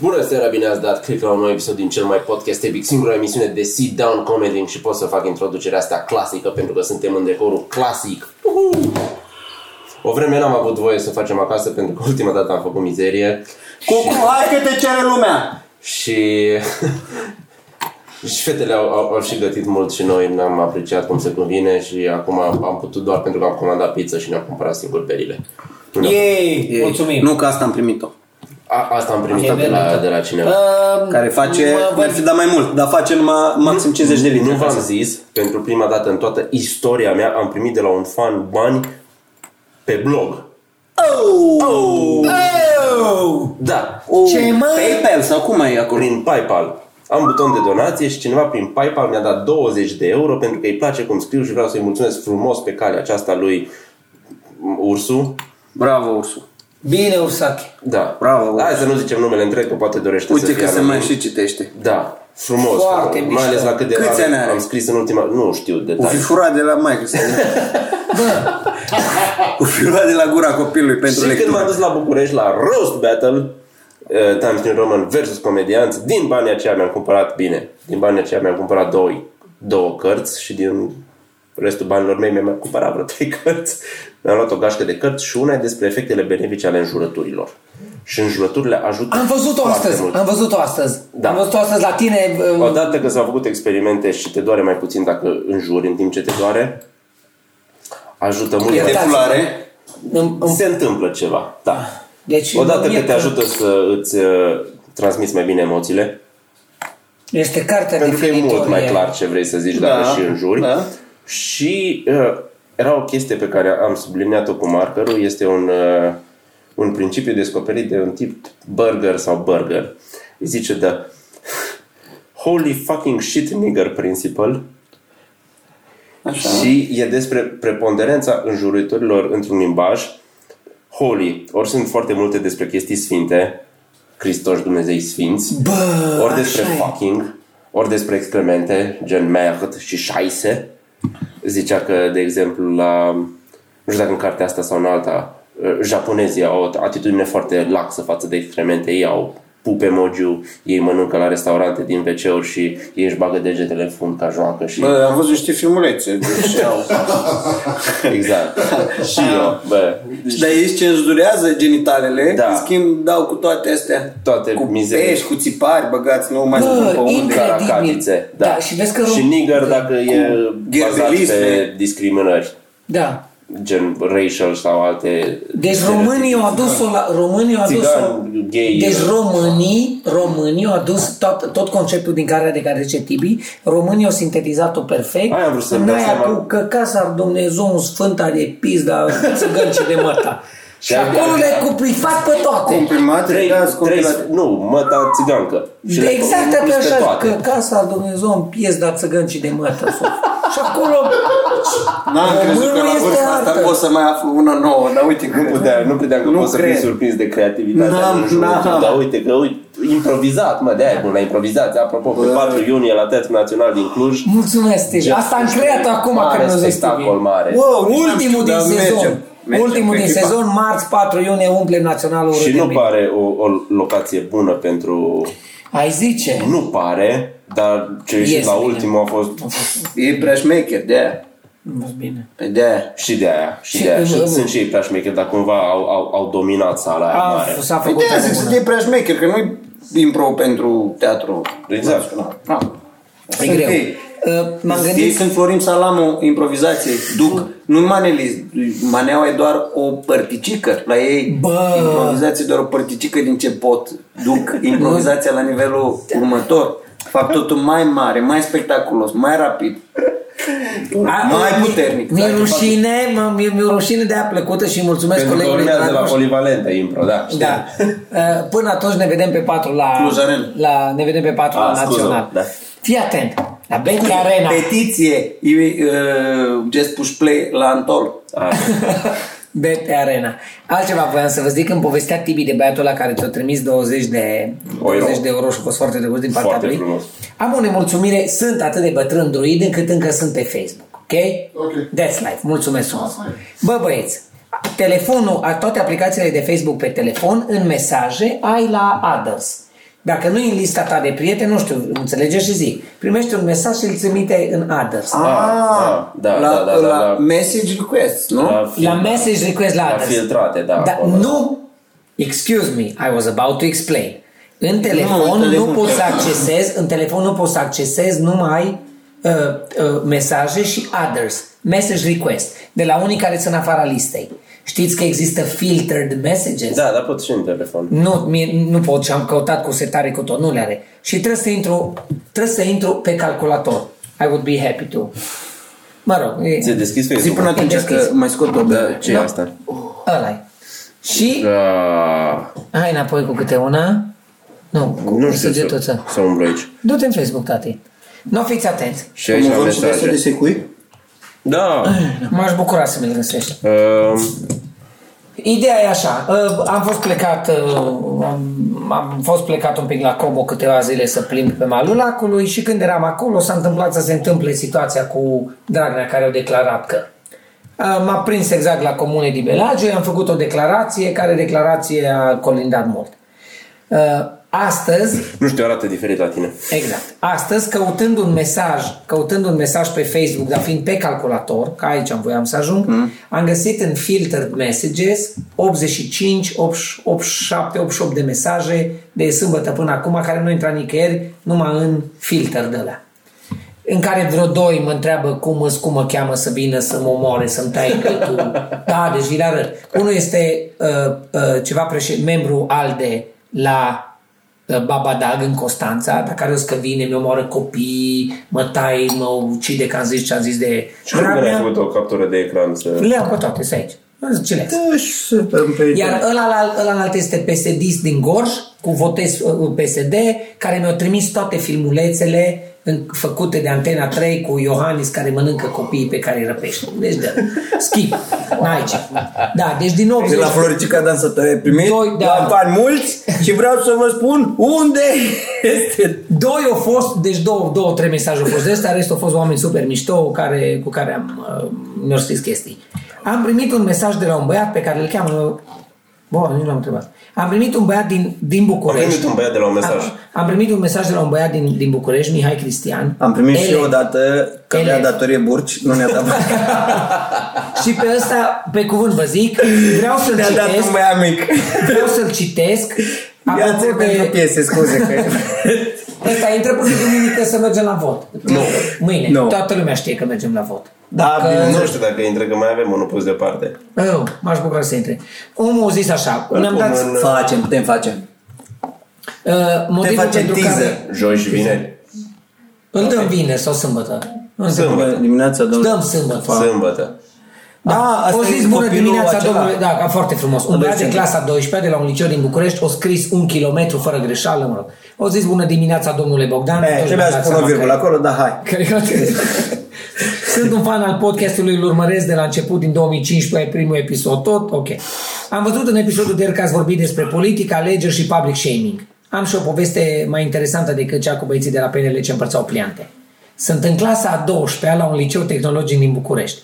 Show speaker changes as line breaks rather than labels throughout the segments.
Bună seara, bine ați dat click la un nou episod din cel mai podcast epic, singura emisiune de sit down comedy și pot să fac introducerea asta clasică pentru că suntem în decorul clasic. Uhu! O vreme n-am avut voie să facem acasă pentru că ultima dată am făcut mizerie
Cucu, hai că te cere lumea!
și și fetele au, au, au și gătit mult și noi n-am apreciat cum se convine și acum am putut doar pentru că am comandat pizza și ne-am cumpărat singur berile. Nu.
Ei,
Ei,
mulțumim.
Nu că asta am primit-o.
A, asta am primit
E
de la,
bine.
de la cineva.
Uh,
Care face,
mă,
ar
vă-
fi dat mai mult, dar face numai maxim 50 de litri.
Nu v-am zis, pentru prima dată în toată istoria mea am primit de la un fan bani pe blog.
Oh!
Oh!
Da,
Ce, mă?
PayPal sau cum mai e acolo?
prin PayPal. Am buton de donație și cineva prin PayPal mi-a dat 20 de euro pentru că îi place cum scriu și vreau să-i mulțumesc frumos pe calea aceasta lui Ursu.
Bravo, Ursu.
Bine, Ursache.
Da.
Bravo, Ursu.
Hai să nu zicem numele întreg, că poate dorește să
Uite
fie
că se
anonim.
mai și citește.
Da, frumos.
Foarte
frumos. Mai
mișto.
ales la cât de
Câți ani
am,
are?
am scris în ultima... Nu știu
Da.
O fi
detalii.
furat de la Microsoft. O fi furat de la gura copilului pentru
Și când m-am
lectură.
dus la București la Roast Battle, uh, Times New Roman versus comedianți, din banii aceia mi-am cumpărat, bine, din banii aceia mi-am cumpărat două, două cărți și din restul banilor mei mi-am mai cumpărat vreo trei cărți. Mi-am luat o gașcă de cărți și una e despre efectele benefice ale înjurăturilor. Și înjurăturile ajută
Am văzut-o
foarte
astăzi.
mult.
Am văzut-o astăzi.
Da.
Am văzut-o astăzi la tine. uh,
Odată că s-au făcut experimente și te doare mai puțin dacă înjuri în timp ce te doare, ajută mult.
De
Iertați-mă.
fulare.
în- în-
Se întâmplă ceva, da.
Deci,
Odată
mă,
că
mie
te ajută să îți uh, transmiți mai bine emoțiile,
Este cartea
pentru că e mult mai
definitorie.
clar ce vrei să zici dacă
Da,
și înjuri.
da.
Și uh, era o chestie pe care am subliniat-o cu markerul, este un, uh, un principiu descoperit de un tip burger sau burger. Îi zice de Holy fucking shit nigger principle. Așa. Și e despre preponderența înjurătorilor într-un limbaj holy. Ori sunt foarte multe despre chestii sfinte, Hristos, Dumnezei sfinți,
Bă,
ori despre
așa e.
fucking, ori despre excremente, gen merd și șaise. Zicea că, de exemplu, la... Nu știu dacă în cartea asta sau în alta, eh, japonezii au o atitudine foarte laxă față de excremente. Ei au pupe mogiu, ei mănâncă la restaurante din wc și ei își bagă degetele în fund ca joacă și...
Bă, am văzut niște filmulețe. deci au-
Da. Exact. și eu, bă,
Și Dar ei cenzurează genitalele,
Da.
în schimb dau cu toate astea.
Toate
cu
mizerii.
pești, cu țipari, băgați, nu mai
Bă,
spun pe unde.
incredibil.
caracatițe. Da.
Da, și vezi că
și
rom-
nigger dacă e bazat
gherbelisme.
pe discriminări,
Da.
gen racial sau alte...
Deci românii au adus-o la... Românii au adus-o...
Țigani, gay.
Deci românii, românii au adus tot, tot conceptul din care de care zice Tibi, românii au sintetizat-o perfect.
Aia am vrut să-mi dau
N-aia
seama.
cu căcasa ar Dumnezeu un sfânt are de pizda țigănci de măta. Și
Și ai-
acolo le cuplipat pe toate.
Comprimate,
Trei,
da,
trei,
scumpilate.
nu, măta țigancă. Și
De
le-
exact
pus
pe
pe
așa,
toate.
că casa al Dumnezeu în piesda țăgâncii de mătă. Și acolo
N-am crezut că
românul
la
este
vârsta asta
artă.
pot să mai aflu una nouă, dar uite că...
Nu puteam, nu credeam că
Nu
poți să fii
cred.
surprins de creativitatea
N-am,
din jurul
n-am.
tău, dar uite că uite, improvizat, mă, de-aia e bun la improvizație. Apropo, pe 4 iunie la Teatrul Național din Cluj,
Mulțumesc, Tibi.
Jeff
Asta am
Fisher.
creat acum
Mare
că nu zic
spectacol
Tibi.
mare.
Wow,
Nici n-am
ultimul
știut,
din
dar mergem.
sezon.
Mergem cu
Ultimul din
echipa.
sezon, marți 4 iunie, umple naționalul
și nu
Râdului.
pare o, o locație bună pentru...
Ai zice?
Nu pare, dar ce
Este
ieșit la
bine.
ultimul a fost
E prea șmecher, de-aia.
Nu văd bine.
Pe de-aia.
și de aia, și,
Și
de aia.
în-
Și
în-
sunt și ei prea șmecheri, dar cumva au, au, au dominat sala aia
A,
mare.
s-a
Păi
făcut
de-aia
pe
zic
bună.
că e prea șmecher, că nu-i impro pentru teatru.
Exact.
național. Da.
E
Sunt
greu.
ei.
Uh, M-am
Ei
gândit...
sunt Florin Salamu, improvizație, duc. Nu manelist, maneaua e doar o părticică. La ei
Bă!
improvizație e doar o părticică din ce pot. Duc improvizația la nivelul următor. Fac totul mai mare, mai spectaculos, mai rapid,
A,
mai
mi-
puternic.
Mi-e
Dacă fac-
rușine, mă, mi-e mi-e rușine de a plăcută și mulțumesc
Pentru că
colegului
urmează la
Dragoș.
polivalente impro, da. știi.
Da. Uh, Până atunci ne vedem pe 4 la...
Cluj Arena.
la ne vedem pe 4
Ah,
la
scuze-mă,
național.
da.
Fii atent. La Bentley Arena.
Petiție, e, uh, just push play la Antol.
Așa.
BP Arena. Altceva voiam să vă zic, îmi povestea Tibi de băiatul ăla care ți-a trimis 20 de,
O euro.
20 de euro și a fost foarte drăguț din partea
Foarte
lui.
frumos.
Am o nemulțumire, sunt atât de bătrân druid încât încă sunt pe Facebook, ok?
Ok.
That's life, mulțumesc frumos. Bă băieți, telefonul, a toate aplicațiile de Facebook pe telefon, în mesaje, ai la others. Dacă nu e în lista ta de prieteni, nu știu, înțelegeți și zic, primești un mesaj și îl trimite în others.
da, da,
Ah, la,
da, da,
la
da.
message request, nu?
La fi-
La message request la
la
others.
filtrate, da.
Dar
acolo.
nu, excuse me, I was about to explain. În telefon
Nu,
nu,
în telefon.
poți să accesezi, în telefon nu poți să accesezi numai uh, uh, mesaje și others, message request, de la unii care sunt în afara listei. Știți că există filtered messages?
Da, dar pot și în telefon.
Nu, mie, nu pot și am căutat cu setare cu tot, nu le are. Și trebuie să intru, trebuie să intru pe calculator. I would be happy to. Mă rog, e,
Ți-ai deschis
Zi
Facebook? Da,
până atunci că mai scot o bere.
ce e asta?
ăla
Da.
Și
Da.
Ah,
hai înapoi cu câte una. Nu, cu
nu
nu
știu
săgetul
să,
ăsta.
să umblu aici.
Du-te în Facebook, tati. Nu fiți atenți.
Și aici am
vom și de asta
mesaje.
de secui?
Da.
M-aș bucura să mi-l găsești.
Um,
Ideea e așa, uh, am fost plecat, uh, am- am fost plecat un pic la Cobo câteva zile să plimb pe malul lacului și când eram acolo s-a întâmplat să se întâmple situația cu Dragnea care au declarat că Uh, m-a prins exact la comune din Belage, am făcut o declarație care declarație a colindat mult. Uh, Astăzi
nu știu, arată diferit la tine.
Exact. Astăzi, căutând un mesaj, căutând un mesaj pe Facebook, dar fiind pe calculator, că aici am voiam să ajung, mm. am găsit în filtered messages 85, 87, 88 de mesaje de sâmbătă până acum, care nu intra nicăieri, numai în filter de alea. În care vreo doi mă întreabă cum îs, cum mă cheamă să vină să mă omoare, să-mi tai gâtul. Da, deci vi le arăt. Unul este uh, uh, ceva președ, membru ALDE la Babadag în Constanța, dar care o să că vine, mi omoară copii, mă tai, mă ucide, că am zis ce am zis de
Și cum ai
Dragnea.
făcut o captură de ecran să...
Le-am pe toate, sunt aici. Îmi zic, Ce le-ai?
Deci,
Iar
Iar
ăla, ăla, ăla este PSD din Gorj, cu votez uh, PSD, care mi-au trimis toate filmulețele în, făcute de Antena 3 cu Iohannis care mănâncă copiii pe care îi răpește. Deci, da, skip, n-ai ce. Da, deci din 80...
de la Floricica Dansătoare primit
Doi, da.
la bani mulți și vreau să vă spun unde este
Doi au fost, deci două, două trei mesaje au fost de astea, restul au fost oameni super mișto cu care, cu care am, uh, mi-au scris chestii. Am primit un mesaj de la un băiat pe care îl cheamă... Bă, nu l-am întrebat. Am primit un băiat din, din
Am
București.
primit un băiat de la un mesaj.
Am, am primit un mesaj de la un băiat din, din București, Mihai Cristian.
Am primit și
Ele.
eu da. odată că
Ele.
avea datorie burci, nu ne-a dat bani.
Și pe ăsta, pe cuvânt vă zic, vreau să-l
Ne-a dat
citesc.
un băiat mic.
Vreau să-l citesc.
Viață
Apropo
pentru
de...
piese, scuze că...
Ăsta intră până duminică să mergem la vot. Nu. Mâine.
Nu.
Toată lumea știe că mergem la vot.
Da, bine.
Nu știu dacă intră, că mai avem unul pus deoparte.
Eu, m-aș bucura să intre. Omul a zis așa, ne-am dat
Omul-
Facem, putem face.
uh,
Te
motivul
facem
pentru
teaser.
care
Joi și vineri.
îl dăm vineri sau sâmbătă. Nu știu.
Sâmbătă.
Bă, Dimineața, domnule.
Dăm sâmbătă.
Sâmbătă.
Da,
o
asta
zis
e
bună
copilul
dimineața,
acela.
domnule, da, ca foarte frumos. Un băiat de
Adolescent.
clasa 12 de la un liceu din București o scris un kilometru fără greșeală, mă rog. O zis bună dimineața, domnule Bogdan.
Eh,
Toți
Trebuia
mi-am
să
dat
pun o
seama
virgulă
că-
acolo, dar hai.
Cred că- Sunt un fan al podcastului, îl urmăresc de la început din 2015, primul episod tot, ok. Am văzut în episodul de ieri că ați vorbit despre politică, alegeri și public shaming. Am și o poveste mai interesantă decât cea cu băieții de la PNL ce împărțau pliante. Sunt în clasa a 12-a la un liceu tehnologic din București.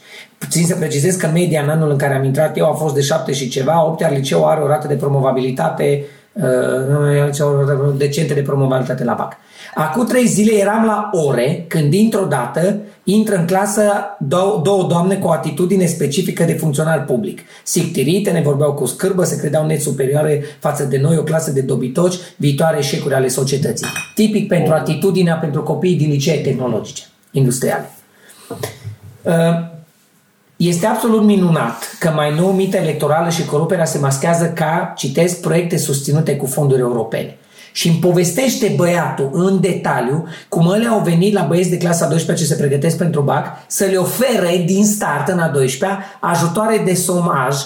Țin să precizez că media în anul în care am intrat eu a fost de 7 și ceva, 8 iar liceul are o rată de promovabilitate uh, o rată decentă de promovabilitate la BAC. Acum trei zile eram la ore când dintr-o dată intră în clasă dou- două doamne cu o atitudine specifică de funcționar public. Sictirite, ne vorbeau cu scârbă, se credeau net superioare față de noi, o clasă de dobitoci, viitoare eșecuri ale societății. Tipic pentru atitudinea pentru copiii din licee tehnologice, industriale. Uh, este absolut minunat că mai nou mita electorală și coruperea se maschează ca, citesc, proiecte susținute cu fonduri europene. Și îmi povestește băiatul în detaliu cum ălea au venit la băieți de clasa 12 ce se pregătesc pentru BAC să le ofere din start în a 12-a ajutoare de somaj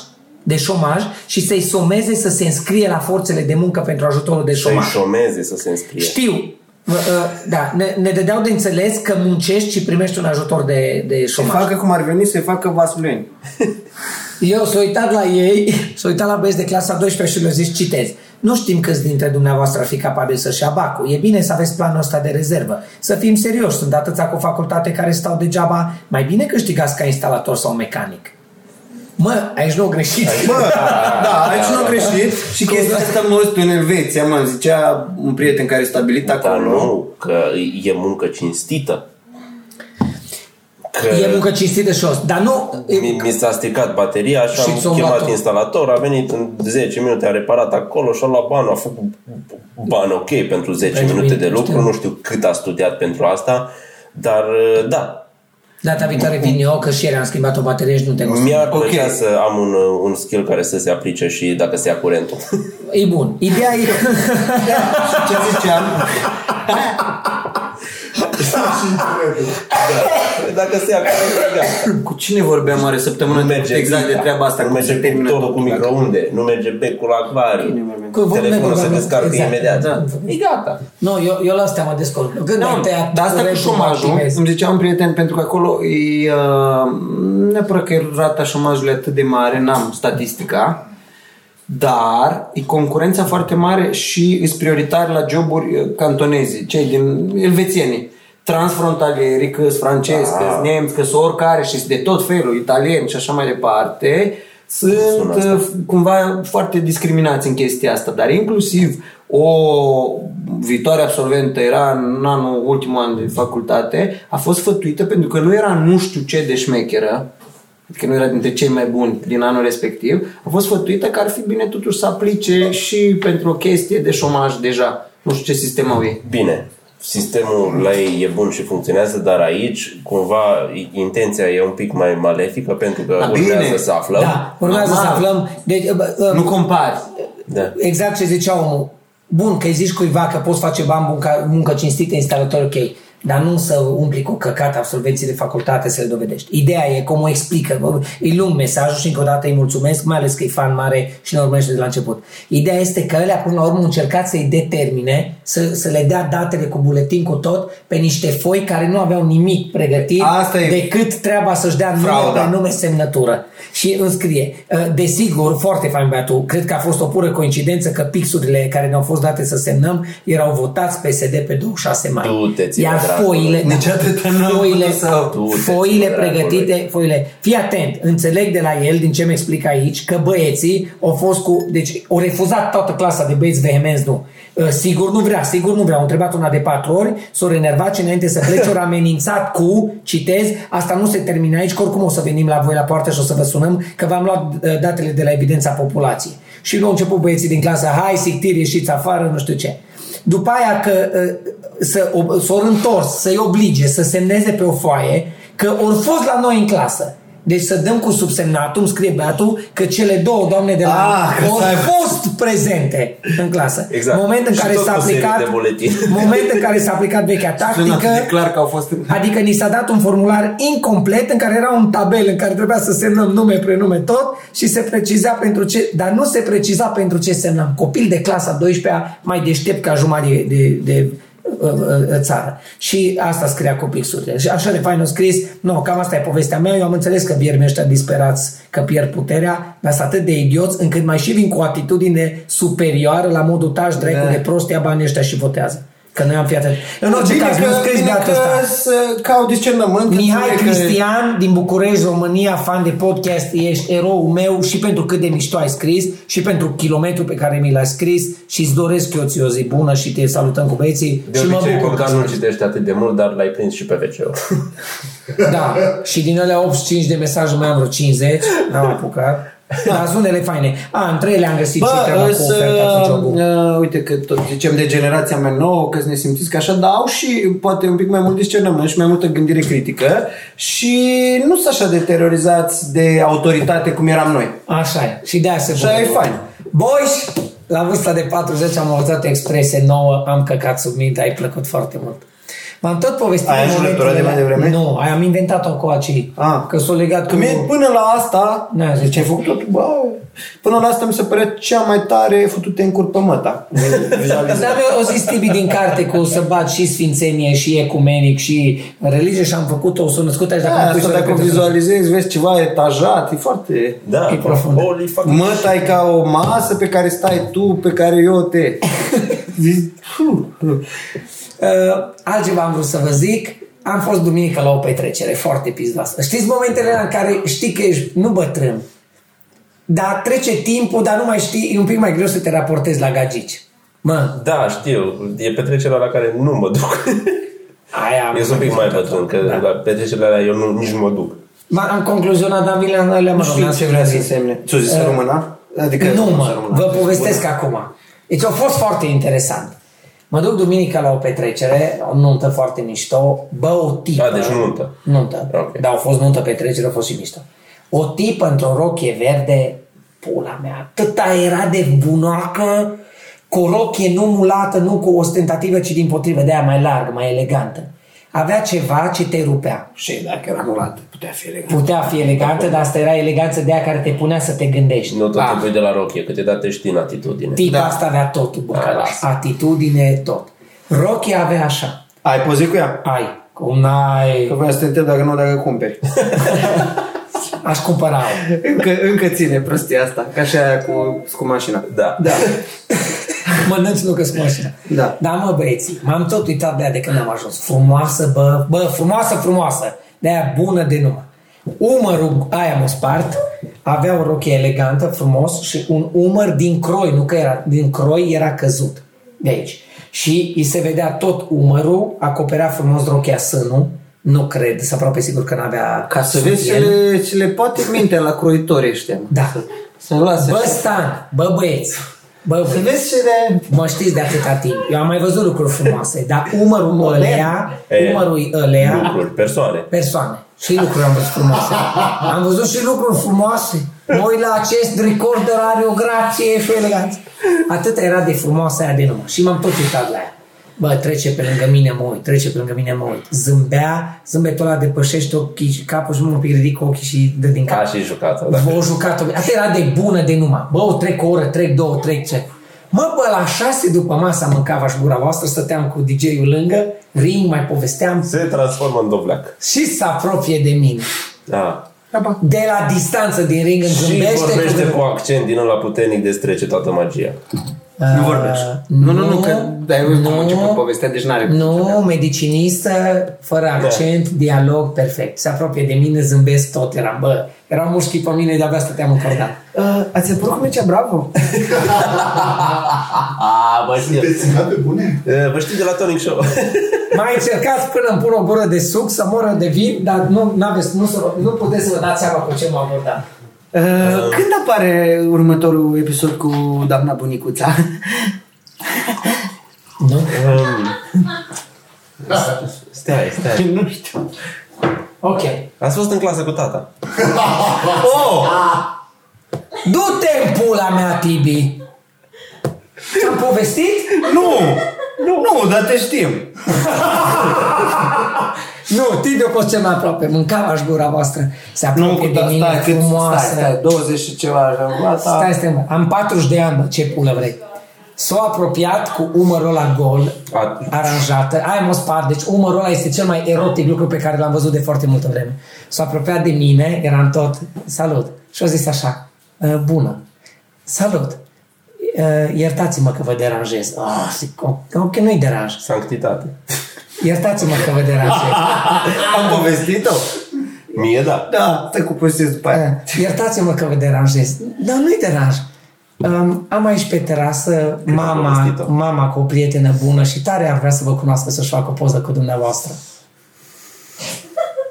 de șomaj și să-i someze să se înscrie la forțele de muncă pentru ajutorul de
Să-i
șomaj.
șomeze să se înscrie.
Știu. Vă, uh, Da, ne, ne dădeau de înțeles că muncești și primești un ajutor de, de
Să
șomaj.
facă cum ar veni să-i facă vasuleni.
Eu s-a uitat la ei, s-a uitat la băieți de clasa 12 și le-a zis, citez, nu știm câți dintre dumneavoastră ar fi capabili să-și ia bacul. E bine să aveți planul ăsta de rezervă. Să fim serioși, sunt atâția cu facultate care stau degeaba. Mai bine câștigați ca instalator sau mecanic. Mă, aici nu o greșit.
Bă, da, aici nu a greșit. Și chestia asta mă uit în Elveția, mă, zicea un prieten care e stabilit
Dar
acolo.
nu, că e muncă cinstită. Că
E muncă cinstită și os. Dar nu... e-
mi, mi s-a stricat bateria, așa
Și
am
ți-o
chemat
luat-o.
instalator, a venit în 10 minute, a reparat acolo și a luat bani, a făcut bani ok pentru 10
Pentru
minute
mine,
de lucru,
știu.
nu știu cât a studiat pentru asta, dar da,
Data viitoare vin eu, că și ieri am schimbat o baterie și nu te gust.
Mi-ar
Ok.
plăcea să am un, uh, un skill care să se aplice și dacă se ia curentul.
E bun. Ideea e că...
Și ce ziceam? Da.
dacă se ia curentul, gata.
Cu cine vorbeam are săptămână trecută exact de treaba asta?
Nu
cum se
merge
termină
pictorul cu
totul.
microunde, nu merge becul la acvariu.
Că vorbim
Telefonul
de
se
vorba,
descarcă
exact,
imediat.
da.
E gata.
Nu, eu, eu la astea mă descurc. Când
Da,
ai
mă,
tăiat
dar asta cu
curentul, mă
șomajul,
activez.
îmi zicea un prieten, pentru că acolo e, uh, neapărat că e rata șomajului atât de mare, n-am statistica, dar e concurența foarte mare și îs prioritari la joburi uh, cantonezi, cei din elvețienii, transfrontalieri, că sunt francezi, că sunt nemți, că sunt oricare și sunt de tot felul, italieni și așa mai departe, sunt
asta.
uh, cumva foarte discriminați în chestia asta, dar inclusiv o viitoare absolventă era în anul, ultimul an de facultate, a fost fătuită pentru că nu era nu știu ce de șmecheră, adică nu era dintre cei mai buni din anul respectiv, a fost fătuită că ar fi bine totuși să aplice și pentru o chestie de șomaj deja. Nu știu ce sistem au ei.
Bine, sistemul la ei e bun și funcționează, dar aici cumva intenția e un pic mai malefică pentru că
Da, bine.
urmează să aflăm.
Da, urmează
Normal.
să aflăm. Deci, bă, bă,
Nu compari.
Da.
Exact ce zicea omul. Bun, că îi zici cuiva că poți face bani, muncă, muncă cinstită, instalator, ok. Dar nu să umpli cu căcat absolvenții de facultate să le dovedești. Ideea e cum o explică. Bă, E lung mesajul și încă o dată îi mulțumesc, mai ales că e fan mare și ne urmărește de la început. Ideea este că ele până la urmă au încercat să-i determine, să, să le dea datele cu buletin cu tot, pe niște foi care nu aveau nimic pregătit
Asta e
decât treaba să-și dea nume
Frauda.
pe nume semnătură și înscrie. Uh, Desigur, foarte fain băiatul, cred că a fost o pură coincidență că pixurile care ne-au fost date să semnăm erau votați PSD pe 26 mai.
Du-te-ți,
Iar
mă, dragul.
foile, da,
Nici atâta n-am putut
foile,
să-
Du-te-ți,
foile
mă,
pregătite,
dragule.
foile. Fii atent, înțeleg de la el, din ce mi explic aici, că băieții au fost cu, deci au refuzat toată clasa de băieți vehemenți, nu. Uh, Sigur nu vrea, sigur nu vrea. Au întrebat una de patru ori, s-au enervat și înainte să plece au amenințat cu, citez, asta nu se termină aici, că oricum o să venim la voi la poartă și o să vă sunăm, că v-am luat uh, datele de la evidența populației. Și nu au început băieții din clasă, hai sictiri, ieșiți afară, nu știu ce. După aia că uh, să, o- s-or întors, să-i oblige să semneze pe o foaie că ori fost la noi în clasă. Deci să dăm cu subsemnatul, îmi scrie băiatul, că cele două doamne de la
Ah, că
au
s-a-
fost prezente în clasă.
Exact.
Moment în
Și
care
tot
s-a
cu serii
aplicat
de buletin.
moment în care s-a aplicat vechea
Sună
tactică.
atât de clar că au fost...
Adică ni s-a dat un formular incomplet în care era un tabel în care trebuia să semnăm nume, prenume, tot și se preciza pentru ce, dar nu se preciza pentru ce semnam. Copil de clasa 12-a mai deștept ca jumătate de, de, de uh, uh, uh, țară. Și asta scria cu pixurile. Și așa de fain o scris, nu, no, cam asta e povestea mea, eu am înțeles că viermi ăștia disperați că pierd puterea, dar sunt atât de idioți încât mai și vin cu o atitudine superioară la modul taș, dracu
Da.
de prost, ia banii ăștia și votează. Că noi am fi atât. În orice
Bine
caz,
că-
nu scris
bine
beatul ăsta.
că, să- că au discernământ.
Mihai
înțeleg că-
Cristian din București, România, fan de podcast, ești eroul meu și pentru cât de mișto ai scris și pentru kilometru pe care mi l-ai scris și îți doresc eu ți o zi bună și te salutăm cu băieții
De
și mă
obicei,
bucur.
Bogdan nu citește atât de mult, dar l-ai prins și pe wc
Da, și din alea 85 de mesaje mai am vreo 50, n-am apucat. Dar sunt ele faine. A, în trei le-am găsit și treaba
Bă,
cu oferta cu
să,
jobul.
uh, uite că tot zicem de generația mea nouă, că ne simțiți că așa, dar au și poate un pic mai mult discernământ și mai multă gândire critică și nu sunt așa de terorizați de autoritate cum eram noi.
Așa e. Și de aia se
Așa e fain.
Boys, la vârsta de 40 am învățat o expresie nouă, am căcat sub minte, ai plăcut foarte mult. M-am tot povestit
Ai
în
ajuns
momentele
la de mai
alea-
devreme?
Nu, ai- am inventat-o cu acei.
Ah.
Că s-o legat
Că
cu...
mie, până la asta,
Da,
deci
zice.
ai făcut tot, bă, până la asta mi se părea cea mai tare fătute în da? curpămăta.
Dar eu o zis Tibi din carte cu să bat și sfințenie și ecumenic și religie și am făcut-o, s-o născut aici.
Da,
dacă îmi pui
asta
să
dacă o
repet-
vizualizezi, vezi ceva etajat, e foarte...
Da,
E profund.
Holy fuck.
Măta e ca o masă pe care stai tu, pe care eu te...
Uh, altceva am vrut să vă zic. Am fost duminică la o petrecere foarte pizdoasă. Știți momentele în care știi că ești nu bătrân, dar trece timpul, dar nu mai știi, e un pic mai greu să te raportezi la gagici. Mă,
Da, știu. E petrecerea la care nu mă duc.
aia...
Eu sunt un pic mai bătrân, că
Da.
la petrecerea alea eu nu, nici nu mă duc.
Ma- Am concluzionat, dar mi le-am le-am
știu ce vrea să însemne. Ți-o
Uh,
zis în română? Adică
Eh, nu,
în
mă,
română.
vă povestesc acum. Deci a fost foarte interesant. Mă duc duminica la o petrecere, o nuntă foarte mișto, bă, o tipă...
A, deci nuntă.
Nuntă,
Ok.
dar au fost nuntă petrecere, a fost și mișto. O tipă într-o rochie verde, pula mea, atâta era de bunoacă, cu o rochie nu mulată, nu cu ostentativă, ci din potrivă, de aia mai largă, mai elegantă. Avea ceva ce te rupea.
Și dacă era mulat, putea fi elegant.
Putea fi elegantă, dar asta era eleganță de aia care te punea să te gândești.
Nu tot
Ah,
trebuie de la rochie, câteodată știi în atitudine.
Tipa
Da.
asta avea totul,
Da,
bă,
lasă.
atitudine, tot. Rocky avea așa,
Ai poze cu ea?
ai, cum n-ai,
Că vreau să te întreb dacă nu, dacă cumperi.
aș cumpăra
încă, încă ține prostia asta, ca și aia cu, cu mașina.
Da.
Da.
Mănânci nu că spune
Da.
Da, mă băieții, m-am tot uitat de aia de când am ajuns. Frumoasă, bă, bă, frumoasă, frumoasă. De aia bună de număr. Umărul aia m-a spart, avea o rochie elegantă, frumos și un umăr din croi, nu că era, din croi era căzut de aici. Și îi se vedea tot umărul, acoperea frumos rochia sânul, nu cred, sunt aproape sigur că n-avea
Ca să vezi ce
sutiel.
le, ce le poate mintea la croitori ăștia. mă.
Da.
Să- Să-l lase.
Bă,
așa.
Stan, bă băieți, bă
Să
băieți.
vezi ce le...
Mă știți de atâta timp. Eu am mai văzut lucruri frumoase, dar umărul ălea,
E,
umărul ălea,
Lucruri, persoane.
persoane. Și lucruri am văzut frumoase. Am văzut și lucruri frumoase. Mă uit la acest recorder, are o grație și o eleganță. Atât era de frumoasă aia de număr. Și m-am tot uitat la ea. Bă, trece pe lângă mine, mă uit, trece pe lângă mine, mă uit. Zâmbea, zâmbetul ăla depășește ochii, și capul și mă un pic ridic ochii și dă din cap.
Ca și jucată, da.
O jucat-o. Asta era de bună de numai. Bă, o trec o oră, trec două, trec ce. Mă, bă, la șase după masa mâncava și gura voastră, stăteam cu DJ-ul lângă, ring, mai povesteam
Se transformă în dovleac.
și se apropie de mine.
Da.
De la distanță din ring îmi
Și
zâmbește.
vorbește
cu-
cu accent din ăla puternic de strece toată magia.
Ah,
Nu vorbești. Nu, nu, nu, că ai văzut cum a început povestea, deci n-are cum să Da.
Nu, medicinistă, fără accent, dialog perfect. Se apropie de mine, zâmbesc tot, eram, bă, erau mușchi pe mine, de-abia stăteam încordat.
Uh, ați apărut cu Mircea Bravo?
A, bă,
Sunteți în pe bune?
Vă știu de la Tonic Show.
Mai încercați până îmi pun o gură de suc să moră de vin, dar nu, n-aveți, nu, să, nu puteți să vă dați seama cu ce m-am abordat.
Uh, când apare următorul episod cu doamna bunicuța?
Nu?
Da.
Stai, stai.
nu știu.
Ok.
Ați fost în clasă cu tata.
Oh,
Du-te în pula mea, Tibi! Ți-am povestit?
Nu! Nu, nu, dar te știm.
Nu, Tibi a fost cel mai aproape. Mâncava aș gura voastră. Se
Nu,
apropie
cu
de
da,
mine,
stai, cât, stai,
frumoasă.
stai, 20 și ceva, așa, da. gata.
Stai, stai, mă. Am 40 de ani, mă. ce pulă vrei. S-a apropiat cu umărul la gol,
A-
aranjată. Aia mă spart, deci umărul ăla este cel mai erotic lucru pe care l-am văzut de foarte multă vreme. S-a apropiat de mine, eram tot, salut. Și a zis așa, "Uh, bună, salut. Uh, Iertați-mă că vă deranjez. Oh, zic, "O- ok, nu-i deranj.
Sanctitate.
Iertați-mă că vă deranjez.
Am povestit-o?
Mie da.
Da, te cu povestesc după aia.
Eh, Iertați-mă că vă deranjez. Dar nu-i deranj. Um, am aici pe terasă
am
mama,
povestit-o.
mama cu o prietenă bună și tare ar vrea să vă cunoască să-și facă o poză cu dumneavoastră.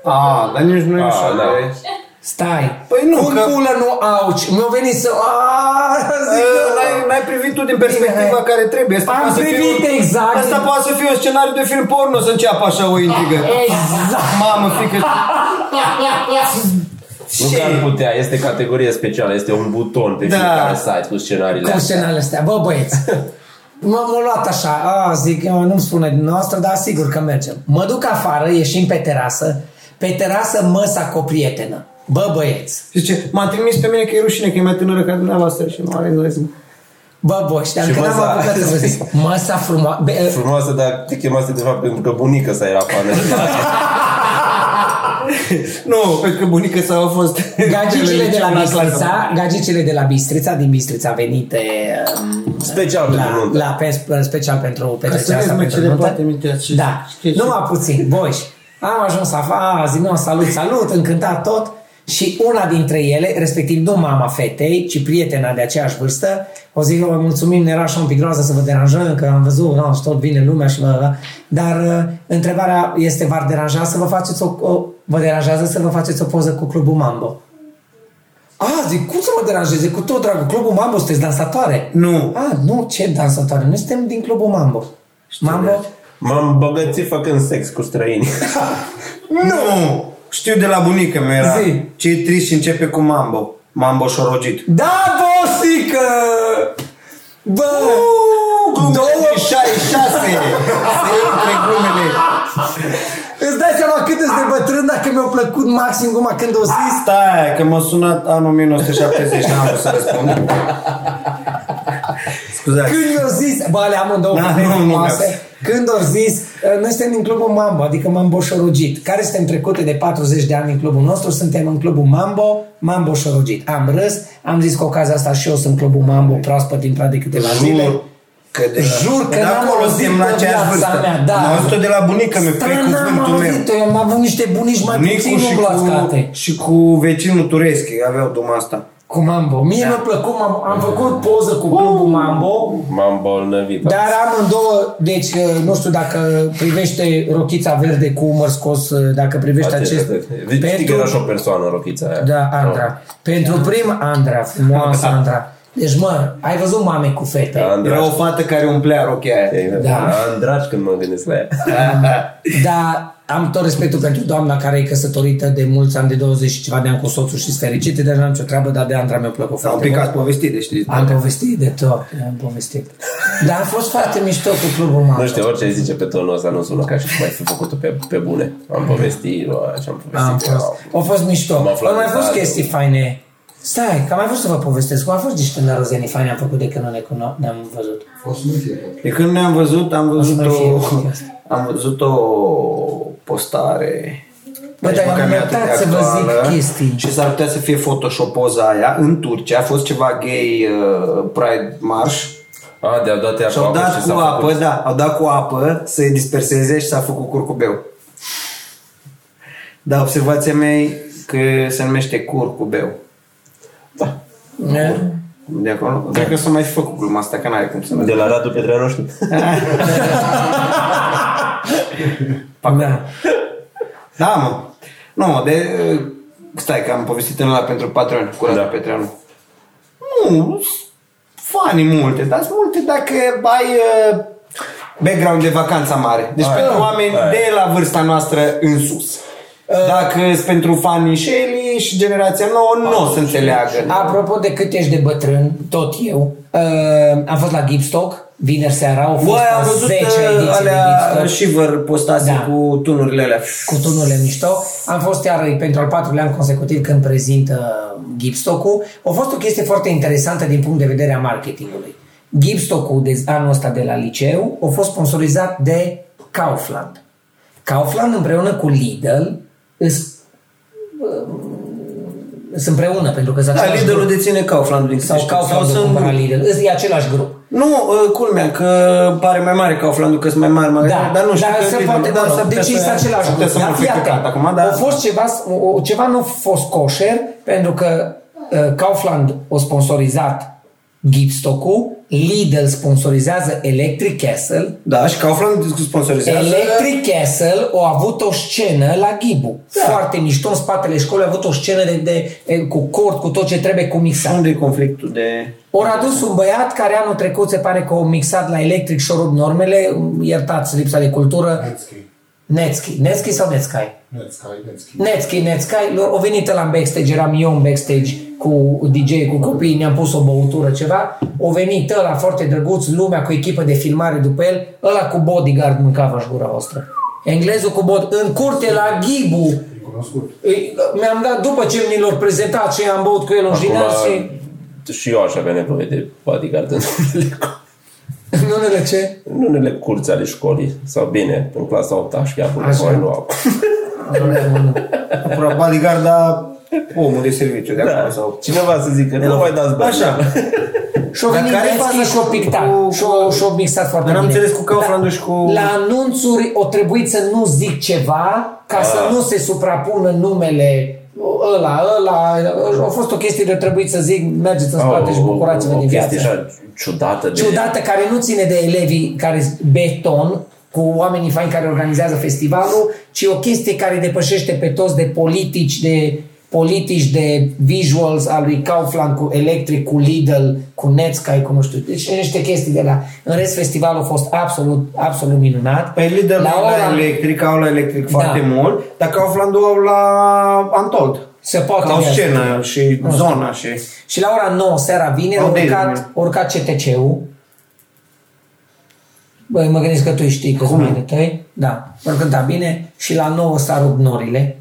A, dar nici nu e
A,
așa,
da.
da. e.
Stai!
Păi nu,
Cum
că-
pulă nu auci? Mi-a venit să... Aaa, zic,
Adică N-ai, n-ai privit tu din
Bine,
perspectiva
hai.
care trebuie.
Am
poate să fie
privit
un-
exact.
Asta poate să fie un scenariu de film porno să înceapă așa o intrigă.
Exact.
Mamă, fică...
Nu
Ce?
că ar putea, este categorie specială, este un buton pe
Da.
fiecare site cu scenariile
Cum
astea.
scenariile astea? Bă, băieți! M-am m-a luat așa, a, zic, a, nu-mi spune din noastră, dar sigur că mergem. Mă duc afară, ieșim pe terasă, pe terasă măsa cu o prietenă. Bă, băieți!
Zice, m-a trimis pe mine că e rușine, că e mai tânără ca dumneavoastră și nu are engleză.
Bă, bă, știam
Și
că n-am
măsa.
apucat să vă zic. Măsa frumoasă.
Frumoasă, dar te chemase de fapt pentru că bunica sa era fană.
Nu, pentru că bunica sa a fost...
Gagicile de la
În clasă.
Bistrița, gagicile de la Bistrița, din Bistrița venite um,
Special pentru
la,
nuntă.
la pe, special pentru
să
petrecerea
vezi,
asta
mă,
pentru
ce le
nuntă.
poate mintea și-
Da,
știi ce-
numai puțin, boși. Am ajuns afară, zic, nu, salut, salut, încântat tot. Și una dintre ele, respectiv nu mama fetei, ci prietena de aceeași vârstă, o zic, vă mulțumim, ne era așa un pic groază să vă deranjăm, că am văzut, no, și tot vine lumea și vă... Dar uh, întrebarea este, v-ar deranja să vă faceți o, o... Vă deranjează să vă faceți o poză cu Clubul Mambo? A, zic, cum să mă deranjeze? Cu tot dragul, Clubul Mambo, sunteți dansatoare?
Nu.
A, nu, ce dansatoare? Noi suntem din Clubul Mambo. Mambo?
M-am bogățit făcând sex cu străini.
Nu! Știu de la bunica mea era.
Zi.
Ce e trist și începe cu mambo. Mambo șorogit.
Da, bosică! Bă! două,
66! Se între glumele.
îți dai seama cât ești de bătrân dacă mi-a plăcut maxim cum când o zis?
Stai, aia, că m-a sunat anul 1970 n-am vrut să răspund. Scuzați.
Când mi-au zis, bă, le am în două
Da,
cuvinte
nu, nu
frumoase.
mi-au.
când au zis, "Uh, noi suntem din clubul Mambo, adică Mambo Șorogit, care suntem trecute de 40 de ani în clubul nostru, suntem în clubul Mambo, Mambo Șorogit. Am râs, am zis că ocazia asta și eu sunt clubul Mambo, proaspăt intrat de câteva zile.
Jur că de la,
Jur că
de
n-am
acolo
auzit
suntem la
în
aceeași
viața
vârstă.
mea, da.
Am auzit-o de la bunica mea, pe
Dar n-am
cuvântul meu.
auzit-o, eu am avut niște bunici mai puțin
Nicu și
umblăscate.
cu, și cu vecinul Tureschi aveau duma asta.
Cu Mambo.
Da.
Mie mi-a plăcut, am, am făcut poză cu clubul Mambo,
M-am bolnăvit.
dar amândouă, deci uh, nu știu dacă privește rochița verde cu umăr scos, uh, dacă privește acest...
Deci știi că era și o persoană rochița aia. Oh.
Da, Andra. Pentru prim, Andra, frumoasă Andra. Deci, mă, ai văzut mame cu fete.
Da,
Era o
Andraș.
fată care umplea rochia aia.
Da.
Da. Andraș când mă gândesc la ea.
Dar am tot respectul pentru doamna care e căsătorită de mulți ani, de 20 și ceva de ani cu soțul și fericite, dar n-am nicio treabă, dar de Andra mi-a plăcut
Sau un
foarte
pic
mult.
ați povestit, de știți. da.
Am povestit de tot, am povestit. Dar a fost foarte mișto cu clubul meu.
Nu știu, orice ai zice pe tonul ăsta nu sună ca și cum ai fi făcut-o pe, pe bune. Am povestit, bă, ce am
Am
povestit.
fost. A fost mișto.
Am aflat
Au mai
de
fost
bază.
chestii faine. Stai, că am mai vrut să vă povestesc. Au fost niște nărozenii faine am făcut de când nu ne cuno- ne-am văzut.
De când ne-am văzut, am văzut
Asta
o,
e asta.
am văzut o postare.
Bă,
Nici
dar
Deci măcar
am
nu e atât de
notat să vă zic
actuală.
chestii.
Și s-ar putea să fie Photoshop poza aia în Turcia. A fost ceva gay uh, Pride March.
A, de-a dat ea
Și au
și
dat cu
s-a făcut.
apă, da, au dat cu apă să-i disperseze și s-a făcut curcubeu. Dar observația mea e că se numește curcubeu.
Ne?
De acolo? Cred că s-a mai fi făcut gluma asta, că n-are cum să ne
De la Radu Petreanu știu.
Da.
Da, mă. Nu, de... uh, Stai, că am povestit în la pentru Patreon cu Radu da.
Da.
Petreanu. Nu, s- fani multe, dar sunt multe dacă ai uh, background de vacanța mare. Deci
Aia,
pentru oameni
aia.
de la vârsta noastră uh, în sus.
Uh,
Dacă sunt pentru fanii Shelly și generația nouă, nu o să înțeleagă.
Apropo de cât ești de bătrân, tot eu, uh, am fost la Gipstock, vineri seara, au fost
Bă,
a
am văzut
10
uh,
ediții de
alea
Gipstock.
Shiver postase
Da.
cu tunurile alea.
cu tunurile mișto. Am fost iar pentru al patrulea an consecutiv când prezintă Gipstock-ul. A fost o chestie foarte interesantă din punct de vedere a marketingului. Gipstock-ul de anul ăsta de la liceu a fost sponsorizat de Kaufland. Kaufland împreună cu Lidl îs- sunt împreună pentru că sunt
Da,
același
liderul
grup.
deține Kaufland din
sau
câte știu.
Kaufland
Sau
sau
sunt
cumpăra Lidl. Îs- E același grup.
Nu, uh, culmea, că pare mai mare Kaufland-ul, că sunt mai mari magazine,
Da,
dar nu știu.
dar
că
se
Lidl,
poate,
dar
mă
s-ar
rog,
putea
deci
să-
este același
s-ar putea
lucru.
să mă
Dar
fi
fii atent,
căcat acum, da.
a
dar...
fost ceva, o- ceva nu a fost coșer, pentru că uh, Kaufland o sponsorizat Gipstock-ul, Lidl sponsorizează Electric Castle,
Da, și Kaufland sponsorizează...
Electric Castle a avut o scenă la Ghibu.
Da.
Foarte mișto, în spatele școlii a avut o scenă de, de, cu cort, cu tot ce trebuie, cu mixat.
Unde e conflictul de...
Ori adus un băiat care anul trecut se pare că a mixat la electric șorub normele, iertați lipsa de cultură,
Netscape.
Netski. Netski sau Netsky?
Netscape, Netscape.
Netsky, Netsky, lor- o venit la în backstage, eram eu în backstage cu DJ cu copii, ne-am pus o băutură, ceva, o venit ăla foarte drăguț, lumea cu echipă de filmare după el, ăla cu bodyguard mâncava-și gura voastră. Englezul cu bod, în curte la Ghibu,
E cunoscut.
Îi- mi-am dat, după ce mi l-au prezentat și am băut cu el un jinar și...
Acum, și eu aș avea nevoie de bodyguard în unele,
Nu ne de ce?
în unele curți ale școlii. Sau bine, în clasa 8 aș fi acum,
Așa.
mai nu am.
Aproape bodyguarda omul de serviciu de acolo sau...
Cineva să zică, nu mai dați bani.
Așa.
Și-o venit
care e faza
Netsky și-o
cu-
pictat.
cu-
Și-o, și-o mixat foarte
Dar am
bine. Da.
înțeles cu Kaufland-ul și cu-
La
Ah.
anunțuri o trebuit să nu zic ceva ca să nu se suprapună numele ăla, ăla, a fost o chestie de trebuit să zic, mergeți în spate și bucurați-vă
Ah, o
din viață.
chestie așa ciudată de...
Ciudată, care nu ține de elevii care beton, cu oamenii faini care organizează festivalul, ci o chestie care depășește pe toți de politici, de politici de visuals al lui Kaufland cu Electric, cu Lidl, cu Netsky, cu nu știu, deci niște chestii de la... În rest, festivalul a fost absolut, absolut minunat.
Pe Păi Lidl la ora... electric, au la electric
Da.
foarte mult, dar Kaufland au la Antold.
se poate
Ca o
merge.
scenă și zona și...
Și la ora 9 seara vineri a
Au
urcat,
Disney.
a urcat CTC-ul. Băi, mă gândesc că tu știi că sunt de tăi. Da, vor cânta bine. Și la 9 s-a rupt norile.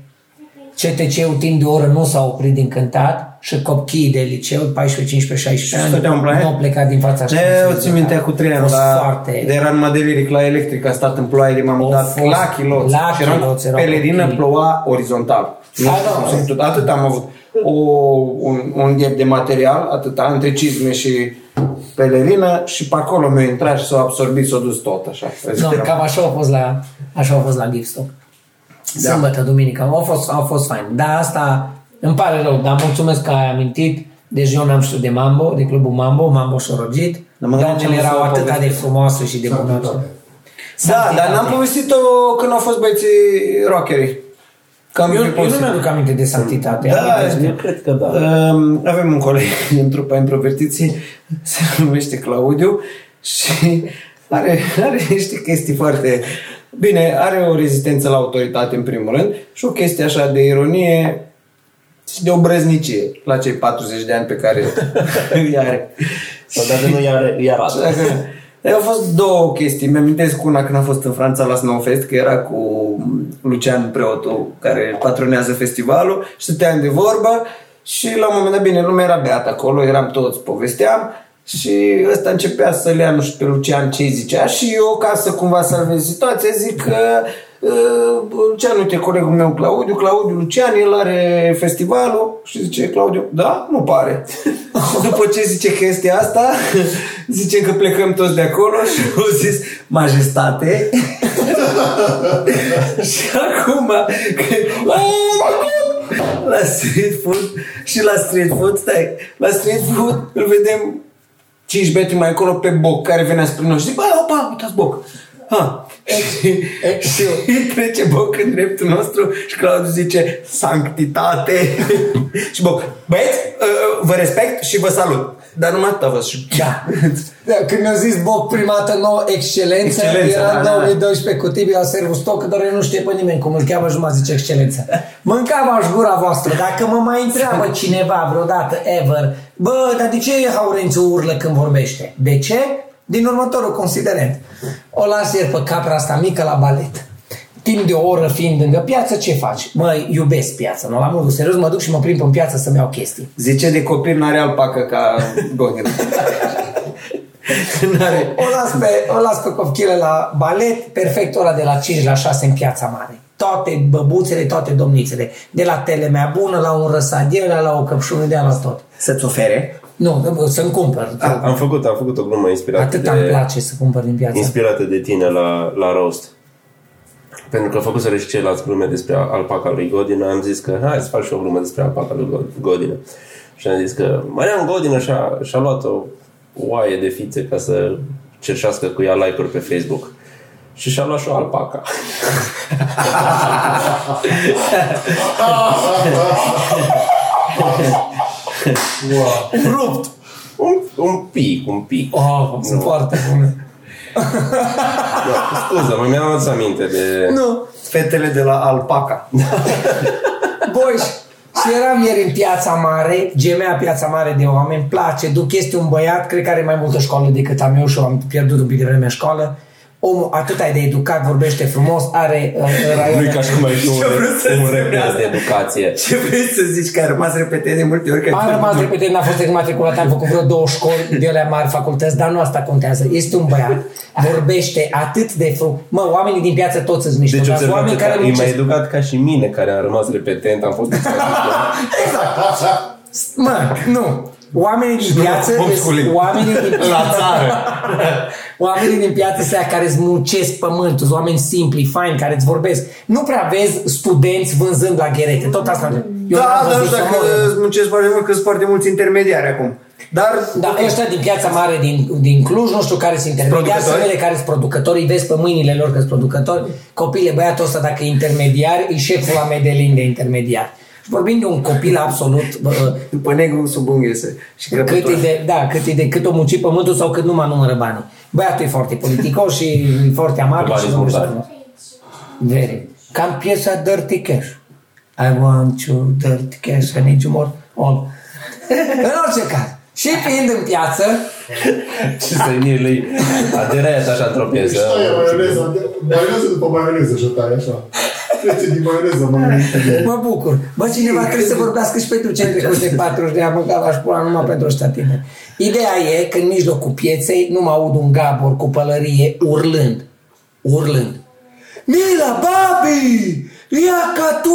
CTC-ul timp de o oră nu s-a oprit din cântat și copiii de liceu, 14, 15, 16 ani,
stăteau în plaie?
nu au plecat din fața
Ne, o țin mintea cu trei ani,
la...
dar
Foarte...
de eram deliric la electric, a stat în ploaie, de m-am
Au
dat
fost
la chiloți.
la
și eram
chiloți, erau
pelerină,
copii.
ploua orizontal. Nu
A,
știu
da.
cum se tot- Atât am avut o, un, un gap de material, atâta, între cizme și pelerină și pe acolo mi-a intrat și s-a absorbit, s-a dus tot așa.
Nu,
Respiram.
cam așa a fost la, așa a fost la Livestock. Da. Sâmbătă, duminică, au fost, au fost fain. Dar asta îmi pare rău, dar mulțumesc că ai amintit. Deci eu n-am știut de Mambo, de clubul Mambo, Mambo șorogit.
Dar Da, mă gândeam
Doamnele
ce am
erau
să
atât de
povestesc.
frumoase și de bună.
Da, dar n-am povestit-o când au fost băieții rockerii. Că am
Eu,
fi
eu nu
povestit.
mi-aduc aminte de santitate.
Da,
Amintește.
Eu cred că da.
Um, avem un coleg din trupa introvertiții, se numește Claudiu și are, are niște chestii foarte... Bine, are o rezistență la autoritate în primul rând și o chestie așa de ironie și de obrăznicie la cei 40 de ani pe care îi are.
Sau dacă nu i-a, i-a
Așa
arată.
că- Dar Au fost două chestii. Mi-am amintesc una când am fost în Franța la Snowfest, că era cu Lucian Preotul, care patronează festivalul, și stăteam de vorbă și la un moment dat, bine, lumea era beată acolo, eram toți, povesteam și ăsta începea să le ia, nu știu, pe Lucian ce zicea și eu, ca să cumva salvez situația, zic că "Uh, Lucian, uite, colegul meu Claudiu, Claudiu Lucian, el are festivalul și zice Claudiu, da, nu pare. După ce zice chestia asta, zice că plecăm toți de acolo și au zis, majestate. și acum, că, la street food și la street food, stai, la street food îl vedem 5 metri mai acolo pe Boc, care venea spre noi și zic, bă, opa, uitați Boc. Ha. Și, și trece Boc în dreptul nostru și Claudiu zice, sanctitate. și Boc, băieți, uh, vă respect și vă salut. Dar numai atâta vă și...
Da. da. Când mi-a zis Boc prima dată nouă excelență,
Excelență,
era
da,
în
da.
2012 cu Tibi la servus stoc, dar eu nu știe pe nimeni cum îl cheamă și mă zice excelență. Mâncava aș gura voastră, dacă mă mai întreabă cineva vreodată, ever, bă, dar de ce Haurențiu urlă când vorbește? De ce? Din următorul considerent. O las ieri pe capra asta mică la balet. Timp de o oră fiind lângă piață, ce faci? Mă, iubesc piața, nu la modul serios, mă duc și mă prind în piață să-mi iau chestii.
Zice de copil n-are alpacă ca Gogin. n-are.
O las pe, o las pe copchile la balet, perfect ora de la 5 la 6 în piața mare. Toate băbuțele, toate domnițele. De la telemea bună, la un răsadier, la o căpșună de la tot.
Să-ți ofere.
Nu, să-mi cumpăr.
Am făcut, am făcut o glumă inspirată
Atât
Ah, de...
îmi place să cumpăr din piața.
inspirată de tine la, la roast. Pentru că făcuseră și ceilalți glume despre alpaca lui Godină, am zis că hai să fac și o glumă despre alpaca lui God- Godină. Și am zis că Marian Godină și-a, și-a luat o oaie de fițe ca să cerșească cu ea like-uri pe Facebook. Și și-a luat și o alpaca. Rupt! Un, un pic, un pic.
Oh, sunt foarte bune.
Da, scuză, mă mi-am adus aminte de...
Nu,
Fetele de la alpaca.
Boș. Și eram ieri în piața mare, gemea piața mare de oameni, place, duc, este un băiat, cred că are mai multă școală decât am eu și eu am pierdut un pic de vreme în școală. Omul atâta e de educat, vorbește frumos, are uh,
Nu e
raioane
ca și cum ai fi un,
Ce-a vrut să
un
zic
reper
asta?
de educație.
Ce vrei să zici că a rămas repetat de multe ori? că-
Am rămas repede, n-a fost matriculat, am făcut vreo două școli de alea mari, facultăți, dar nu asta contează. Este un băiat, vorbește atât de frum. Mă, oamenii din piață toți sunt mișto,
Deci
dar
observați
oameni
că
care
care e mai
muncesc.
educat ca și mine, care am rămas repetent, am fost examinat.
Mă, nu. Oamenii din piață,
homeschooling.
oamenii din
La țară.
Oamenii din piață sunt aia care îți muncesc pământul, sunt oameni simpli, faini, care îți vorbesc. Nu prea vezi studenți vânzând la gherete, tot asta. Eu
Da,
n-am
dar nu
văzut
știu
să
dacă
mor.
îți muncesc foarte mult, că sunt foarte mulți intermediari acum. Dar,
Dar Da, ăștia din piața mare din, din Cluj, nu știu care sunt intermediari, sunt
Producători?
ele care sunt producători, îi vezi pe mâinile lor că sunt producători. Copile, băiatul ăsta, dacă e intermediar, e șeful la Medellin de intermediar. Și vorbim de un copil absolut, bă,
după negru sub unghiese și
cât e
crăpător.
de, da, cât e de cât o munci pământul sau cât numai numără banii. Băiatul e foarte politicos și e foarte amabil
Banii
și
sunt
nu
bani.
știu. Very. Cam piesa Dirty Cash. I want you dirty cash, I need you more all. în orice caz. Și fiind în piață,
Ce să nie lui aderea așa într-o piesă.
Își taie maioneza, de- maioneză după maioneză și taie așa. Trece din maioneză, mă mănâncă.
mă bucur. Bă, cineva trebuie să vorbească și pentru cei trecuți de 40 de ani, măcar aș pula numai pentru ăștia tineri. Ideea e că în mijlocul pieței nu mă aud un Gabor cu pălărie urlând. Urlând. Mila, babi! Ia ca tu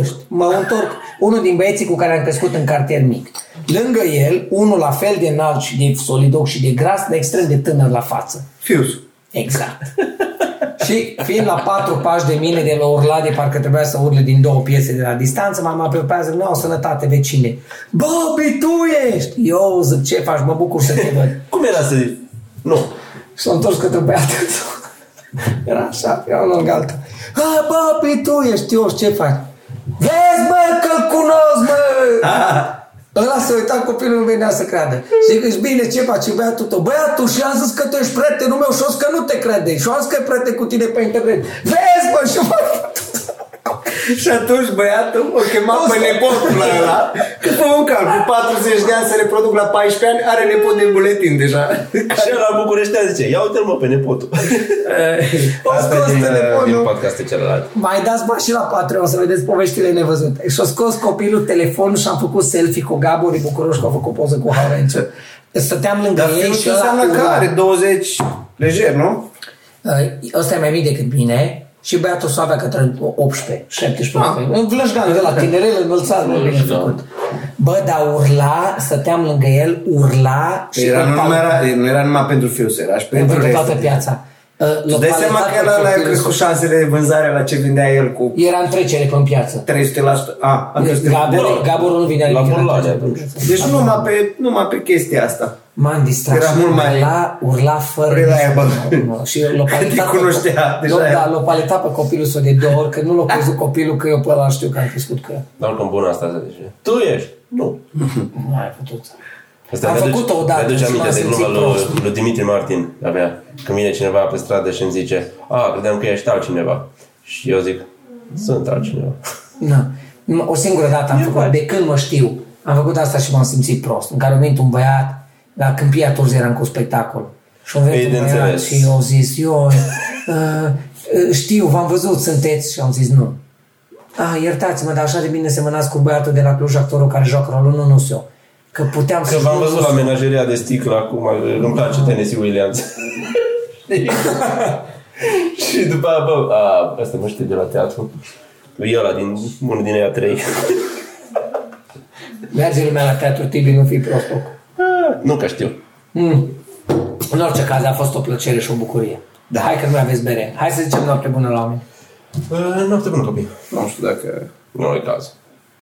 ești! Mă întorc. Unul din băieții cu care am crescut în cartier mic. Lângă el, unul la fel de înalt și de solidoc și de gras, dar extrem de tânăr la față.
Fius.
Exact. și fiind la patru pași de mine de la urla de parcă trebuia să urle din două piese de la distanță, m-am apropiat, zic, nu, sănătate vecine. Bobby, tu ești! Eu zic, ce faci, mă bucur să te văd.
Cum era să zic? Nu.
Și s-a întors către băiatul Era așa, era un lung altul. Ha, Bobby, tu ești, eu ce faci? Vezi, mă, că cunosc, mă! Ăla se uita copilul nu venea să creadă. Și zic, bine, ce faci, băiatul tău? Băiatul, și am zis că tu ești prietenul meu și o zis că nu te crede. Și o zis că e prieten cu tine pe internet. Vezi, mă, și mă...
Și atunci băiatul o chema
O să-
pe nepotul la ăla, că fă un calcul, 40 de ani se reproduc la 14 ani, are nepot din buletin deja.
Și la București zice, ia uite-l mă pe nepotul.
Asta e
Asta din,
din,
din podcastul celălalt.
Mai dați bani și la Patreon să vedeți poveștile nevăzute. Și-a scos copilul telefonul și am făcut selfie cu Gabor, e bucuros că a făcut poză cu Haurenciu. Stăteam lângă
Dar
ei
Fius
și ăla
înseamnă că
urla.
are 20 lejer, nu?
Uh, Ăsta e mai mic decât mine și băiatul s-o avea către 18, 17. Ah. În vlășgan de la tinerel, înălțat, nu bine făcut. Bă, dar urla, stăteam lângă el, urla și
Era,
îl
nu,
pal-
numai era, nu era numai pentru Fius, era și pentru
pentru
restul.
toată piața. Uh,
Îți dai seama
localizat
că el
pe
ăla a
copilul
crescut șansele de vânzare la ce vindea el cu
său. Era în trecere pe în piață.
300%. A, a crescut.
Gabor, Gabor nu vinea
La
nimic în
Burlane,
trecere pe în
atunci.
piață.
Deci numai pe, numai pe chestia asta.
M-am distrat.
Era
și
mult mai
urla, urla fără...
reliable.
nicio- Și l-o paletat
Te cunoștea,
pe,
deja
l-o,
era.
da, l-o paletat pe copilul său de două ori, că nu l-a crezut copilul că eu pe ăla știu că am crescut că
Dar oricum bună asta să zice. Tu ești? Nu.
nu ai putut.
Asta
Am
mi-aduce-
făcut-o odată
Mi-aduce
și
aminte
m-am
de gluma
simțit
lui,
prost.
lui Dimitri Martin, la mea. Când vine cineva pe stradă și îmi zice, a, credeam că ești altcineva. Și eu zic, sunt altcineva.
Na. Numai O singură dată am făcut, de când mă știu, am făcut asta și m-am simțit prost. În care a venit un băiat, la Câmpia Turzi eram cu spectacol. Și a
Ei,
venit
de
un băiat
înțeles.
și eu zis, eu uh, uh, știu, v-am văzut, sunteți și am zis nu. Ah, iertați-mă, dar așa de bine semănați cu băiatul de la Cluj, actorul care joacă rolul, nu, nu eu. Că puteam
Că
să
v-am văzut la menageria de sticlă acum, îmi place Tennessee Williams. și după aia, bă, a, asta mă știu de la teatru. E ăla din, unul din ea trei.
Merge lumea la Teatru Tibi, nu fi prost oricum.
nu că știu.
Mm. În orice caz, a fost o plăcere și o bucurie. Da. Hai că nu mai aveți bere. Hai să zicem noapte bună la oameni.
Uh, noapte bună, copii.
Nu știu dacă...
Nu e cazul.